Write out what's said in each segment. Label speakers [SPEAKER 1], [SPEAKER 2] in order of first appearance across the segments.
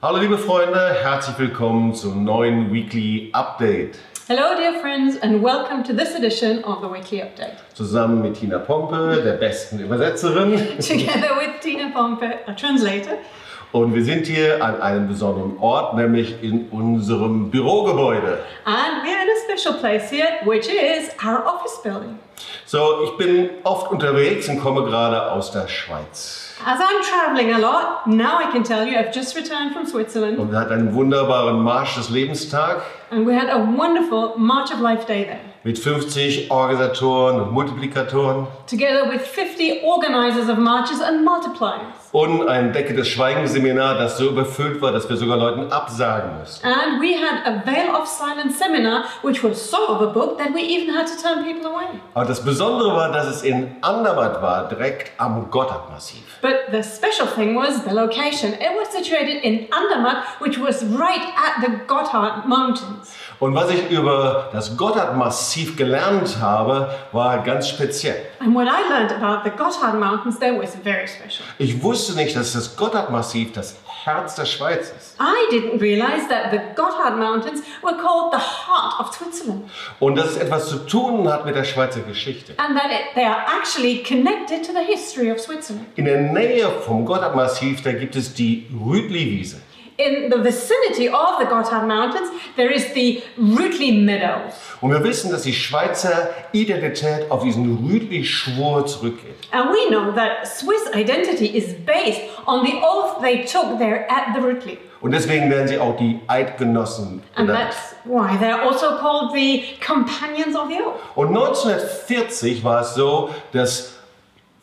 [SPEAKER 1] Hallo liebe Freunde, herzlich willkommen zum neuen Weekly Update.
[SPEAKER 2] Hello, dear friends, and welcome to this edition of the Weekly Update.
[SPEAKER 1] Zusammen mit Tina Pompe, der besten Übersetzerin.
[SPEAKER 2] Together with Tina Pompe, a translator,
[SPEAKER 1] Und wir sind hier an einem besonderen Ort, nämlich in unserem Bürogebäude.
[SPEAKER 2] and we're in a special place here, which is our office building.
[SPEAKER 1] So, ich bin oft unterwegs und komme gerade aus der Schweiz.
[SPEAKER 2] As I'm traveling a lot, now I can tell you I've just returned from Switzerland,
[SPEAKER 1] Und wir hatten einen wunderbaren Marsch des Lebenstag
[SPEAKER 2] and we had a wonderful March of Life Day there,
[SPEAKER 1] mit 50 Organisatoren und Multiplikatoren
[SPEAKER 2] together with 50 organizers of marches and multipliers.
[SPEAKER 1] und ein Decke des Schweigens Seminar, das so überfüllt war, dass wir sogar Leuten absagen mussten.
[SPEAKER 2] And we had a Veil of Silence seminar, which was so overbooked that we even had to turn people away.
[SPEAKER 1] Aber das Besondere war, dass es in Andermatt war, direkt am Gotthardmassiv.
[SPEAKER 2] But the special thing was the location. It was situated in Andermatt, which was right at the Gotthard Mountains.
[SPEAKER 1] Und was ich über das Gotthardmassiv gelernt habe, war ganz speziell.
[SPEAKER 2] And what I learned about the Gotthard Mountains there was very special.
[SPEAKER 1] Ich wusste nicht, dass das Gotthardmassiv das Herz der Schweiz ist.
[SPEAKER 2] I didn't realize that the Gotthard Mountains were called the heart of Switzerland
[SPEAKER 1] Und dass es etwas zu tun hat mit der Schweizer Geschichte.
[SPEAKER 2] and that it, they are actually connected to the history of Switzerland.
[SPEAKER 1] In der Nähe vom Gotthardmassiv, da gibt es die Rütli-Wiese.
[SPEAKER 2] In the vicinity of the Gotthard Mountains, there is the Rütli Meadows.
[SPEAKER 1] Und wir wissen, dass die Schweizer Identität auf diesen Rütli-Schwur zurückgeht.
[SPEAKER 2] And we know that Swiss identity is based on the oath they took there at the Rütli.
[SPEAKER 1] Und deswegen werden sie auch die Eidgenossen
[SPEAKER 2] And
[SPEAKER 1] genannt.
[SPEAKER 2] that's why they're also called the companions of the oak.
[SPEAKER 1] Und 1940 war es so, dass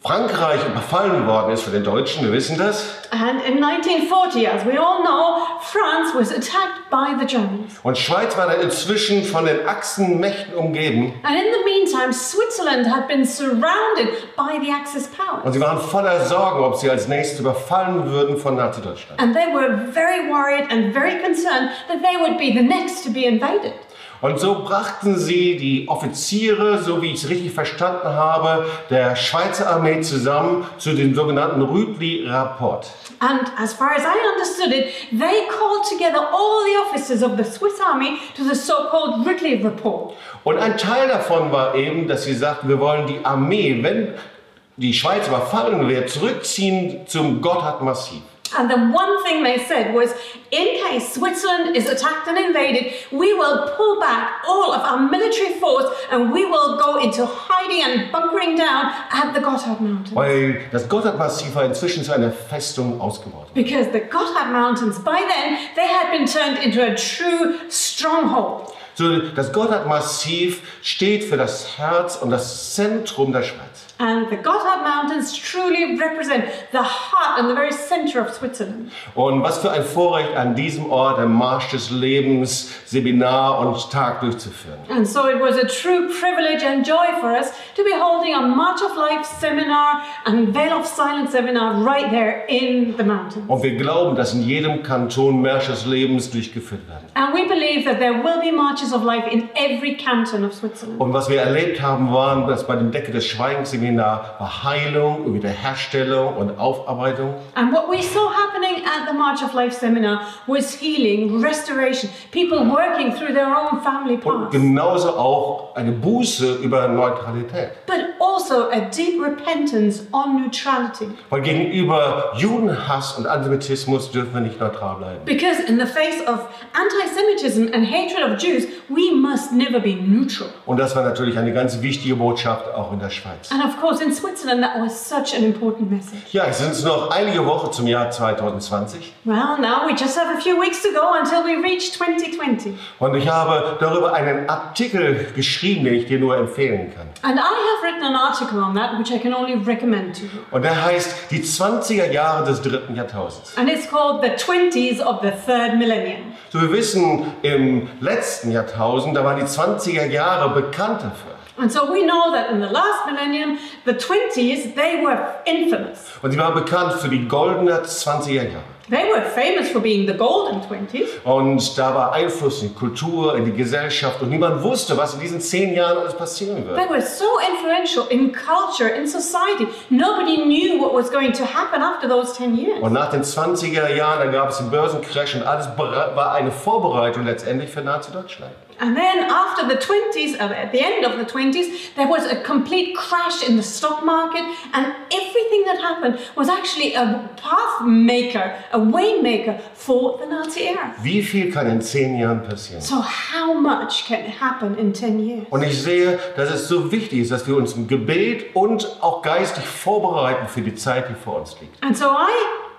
[SPEAKER 1] Frankreich überfallen worden ist von den Deutschen, wir wissen das.
[SPEAKER 2] And in 1940, as we all know, France was attacked by the Germans.
[SPEAKER 1] Und Schweiz war dann inzwischen von den Achsenmächten umgeben.
[SPEAKER 2] And in the meantime, Switzerland had been surrounded by the Axis powers.
[SPEAKER 1] Und sie waren voller Sorgen, ob sie als nächstes überfallen würden von Nazi-Deutschland.
[SPEAKER 2] And they were very worried and very concerned that they would be the next to be invaded.
[SPEAKER 1] Und so brachten sie die Offiziere, so wie ich es richtig verstanden habe, der Schweizer Armee zusammen zu dem sogenannten Rütli-Rapport.
[SPEAKER 2] And as far as I understood it, they called together all the officers of the Swiss army to the so called Ridley Report.
[SPEAKER 1] Und ein Teil davon war eben, dass sie sagten, wir wollen die Armee, wenn die Schweiz überfallen wird, zurückziehen zum Gotthardmassiv.
[SPEAKER 2] And the one thing they said was in case Switzerland is attacked and invaded, we will pull back all of our military force and we will go into hiding and bunkering down at the Gotthard Mountains.
[SPEAKER 1] Weil das Gotthardmassiv war inzwischen zu einer Festung ausgebaut. worden.
[SPEAKER 2] Because the Gotthard Mountains, by then, they had been turned into a true stronghold.
[SPEAKER 1] So, das Gotthardmassiv steht für das Herz und das Zentrum der Schweiz.
[SPEAKER 2] And the Gotthard Mountains truly represent the heart and the very center of Switzerland.
[SPEAKER 1] Und was für ein Vorrecht an diesem Ort, ein Marsch des Lebens, Seminar und Tag durchzuführen.
[SPEAKER 2] And so it was a true privilege and joy for us to be holding a March of Life seminar and Veil of Silence seminar right there in the mountain.
[SPEAKER 1] Und wir glauben, dass in jedem Kanton Märsche des Lebens durchgeführt werden.
[SPEAKER 2] And we believe that there will be marches of life in every canton of Switzerland.
[SPEAKER 1] Und was wir erlebt haben, waren, dass bei dem Decke des Schweigens Seminar war Heilung, Wiederherstellung und Aufarbeitung.
[SPEAKER 2] And what we saw happening at the March of Life seminar was healing, restoration, people working through their own family
[SPEAKER 1] Und
[SPEAKER 2] past,
[SPEAKER 1] genauso auch eine Buße über Neutralität.
[SPEAKER 2] but also a deep repentance on neutrality.
[SPEAKER 1] Weil gegenüber Judenhass und Antisemitismus dürfen wir nicht neutral bleiben.
[SPEAKER 2] Because in the face of anti Semitism and hatred of Jews, we must never be neutral.
[SPEAKER 1] Und das war natürlich eine ganz wichtige Botschaft auch in der Schweiz.
[SPEAKER 2] And of course, in Switzerland, that was such an important message.
[SPEAKER 1] Ja, es sind noch einige Wochen zum Jahr 2020.
[SPEAKER 2] Well, now we just have a few weeks to go until we reach 2020.
[SPEAKER 1] Und ich habe darüber einen Artikel geschrieben, den ich dir nur empfehlen kann.
[SPEAKER 2] And I have written an article on that, which I can only recommend to you.
[SPEAKER 1] Und der heißt Die 20er Jahre des dritten Jahrtausends.
[SPEAKER 2] And it's called The 20s of the Third Millennium.
[SPEAKER 1] So, wir wissen, im letzten Jahrtausend, da waren die 20er Jahre bekannt dafür.
[SPEAKER 2] And so we know that in the last millennium, the 20s, they were infamous.
[SPEAKER 1] Und sie waren bekannt für die goldene 20er Jahre.
[SPEAKER 2] They were famous for being the golden 20s.
[SPEAKER 1] Und da war Einfluss in die Kultur, in die Gesellschaft und niemand wusste, was in diesen zehn Jahren alles passieren
[SPEAKER 2] They
[SPEAKER 1] wird.
[SPEAKER 2] were so influential in culture, in society. Nobody knew what was going to happen after those 10 years.
[SPEAKER 1] Und nach den 20er Jahren, da gab es den Börsencrash und alles bere- war eine Vorbereitung letztendlich für Nazi-Deutschland.
[SPEAKER 2] And then after the 20s, uh, at the end of the 20s, there was a complete crash in the stock market, and everything that happened was actually a path maker, a way maker for the Nazi era.
[SPEAKER 1] Wie viel kann in zehn Jahren passieren?
[SPEAKER 2] So, how much can happen in 10 years?
[SPEAKER 1] Und ich sehe, dass es so wichtig ist, dass wir uns im Gebet und auch geistig vorbereiten für die Zeit, die vor uns liegt.
[SPEAKER 2] And so I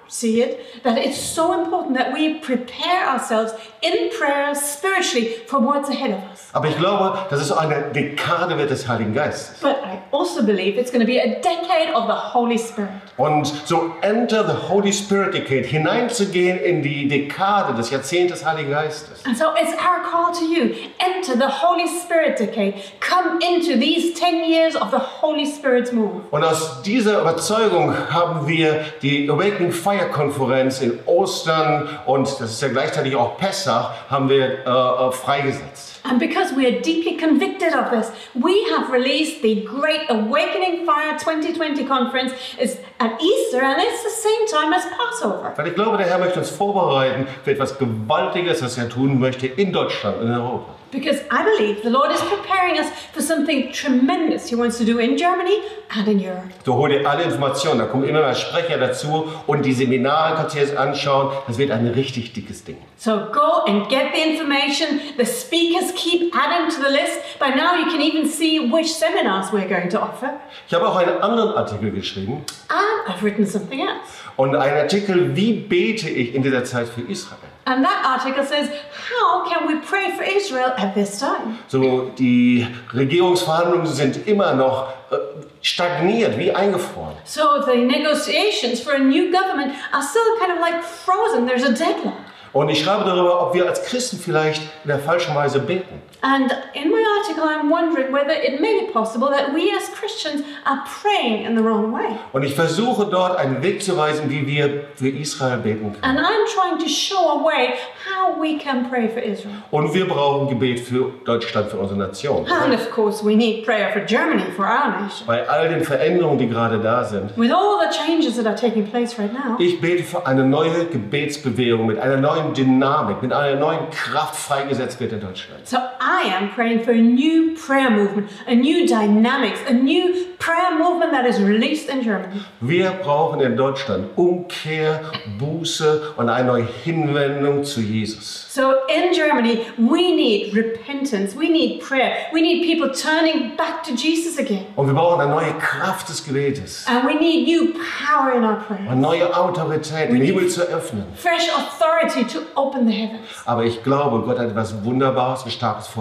[SPEAKER 2] see it that it's so important that we prepare ourselves in prayer spiritually for what's ahead of us.
[SPEAKER 1] Aber ich glaube, dass es eine Dekade wird des Heiligen Geistes.
[SPEAKER 2] But I also believe it's going to be a decade of the Holy Spirit.
[SPEAKER 1] Und so enter the Holy Spirit Decade, hineinzugehen in die Dekade, das Jahrzehnt des Heiligen Geistes.
[SPEAKER 2] And so it's our call to you. Enter the Holy Spirit decade. Come into these 10 years of the Holy Spirit's move.
[SPEAKER 1] Und aus dieser Überzeugung haben wir die Awakening Fire Konferenz in Ostern und das ist ja gleichzeitig auch Pessach, haben wir äh, äh, freigesetzt.
[SPEAKER 2] And because we are deeply convicted of this, we have released the Great Awakening Fire 2020 conference. It's at Easter and it's the same time as Passover.
[SPEAKER 1] Weil ich glaube, der Herr möchte uns vorbereiten für etwas Gewaltiges, was er tun möchte in Deutschland und in Europa.
[SPEAKER 2] Because I believe the Lord is preparing us for something tremendous He wants to do in Germany and in Europe.
[SPEAKER 1] So hol dir alle Informationen, da kommen immer mehr Sprecher dazu und die Seminare kannst du dir jetzt anschauen. Das wird ein richtig dickes Ding.
[SPEAKER 2] So go and get the information. The speakers keep adding to the list. By now, you can even see which seminars we're going to offer.
[SPEAKER 1] Ich habe auch einen anderen Artikel geschrieben
[SPEAKER 2] And I've written something else.
[SPEAKER 1] und einen Artikel, wie bete ich in dieser Zeit für Israel.
[SPEAKER 2] And that article says, How can we pray for Israel at this time?
[SPEAKER 1] So, die Regierungsverhandlungen sind immer noch äh, stagniert, wie eingefroren.
[SPEAKER 2] So the negotiations for a new government are still kind of like frozen. There's a deadline.
[SPEAKER 1] Und ich schreibe darüber, ob wir als Christen vielleicht in der falschen Weise beten.
[SPEAKER 2] And in my article, I'm wondering whether it may be possible that we as Christians are praying in the wrong way.
[SPEAKER 1] Und ich versuche dort einen Weg zu weisen, wie wir für Israel beten können.
[SPEAKER 2] And I'm trying to show a way how we can pray for Israel.
[SPEAKER 1] Und wir brauchen Gebet für Deutschland, für unsere Nation.
[SPEAKER 2] And of course, we need prayer for Germany, for our nation.
[SPEAKER 1] Bei all den Veränderungen, die gerade da sind.
[SPEAKER 2] With all the changes that are taking place right now,
[SPEAKER 1] Ich bete für eine neue Gebetsbewegung mit einer neuen Dynamik, mit einer neuen Kraft freigesetzt wird in Deutschland.
[SPEAKER 2] so I am praying for a new prayer movement, a new dynamics, a new prayer movement that is released in Germany.
[SPEAKER 1] Wir brauchen in Deutschland Umkehr, Buße und eine neue Hinwendung zu Jesus.
[SPEAKER 2] So in Germany, we need repentance, we need prayer, we need people turning back to Jesus again,
[SPEAKER 1] Und wir brauchen eine neue Kraft des Gebetes,
[SPEAKER 2] and we need new power in our prayer.
[SPEAKER 1] eine neue Autorität, den Himmel zu öffnen.
[SPEAKER 2] Fresh authority to open the heavens.
[SPEAKER 1] Aber ich glaube, Gott hat etwas Wunderbares und Starkes vorbereitet.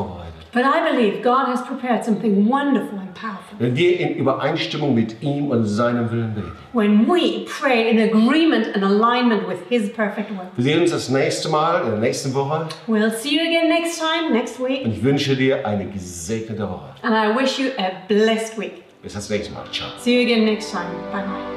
[SPEAKER 2] But I believe God has prepared something wonderful and powerful.
[SPEAKER 1] Wenn wir in Übereinstimmung mit ihm und seinem Willen beten.
[SPEAKER 2] when we pray in agreement and alignment with His perfect will.
[SPEAKER 1] Wir sehen uns das nächste Mal in der nächsten Woche
[SPEAKER 2] We'll see you again next time, next
[SPEAKER 1] und
[SPEAKER 2] week,
[SPEAKER 1] ich wünsche dir eine gesegnete Woche.
[SPEAKER 2] and I wish you a blessed week.
[SPEAKER 1] Bis das nächste Mal. Ciao.
[SPEAKER 2] See you again next time. Bye bye.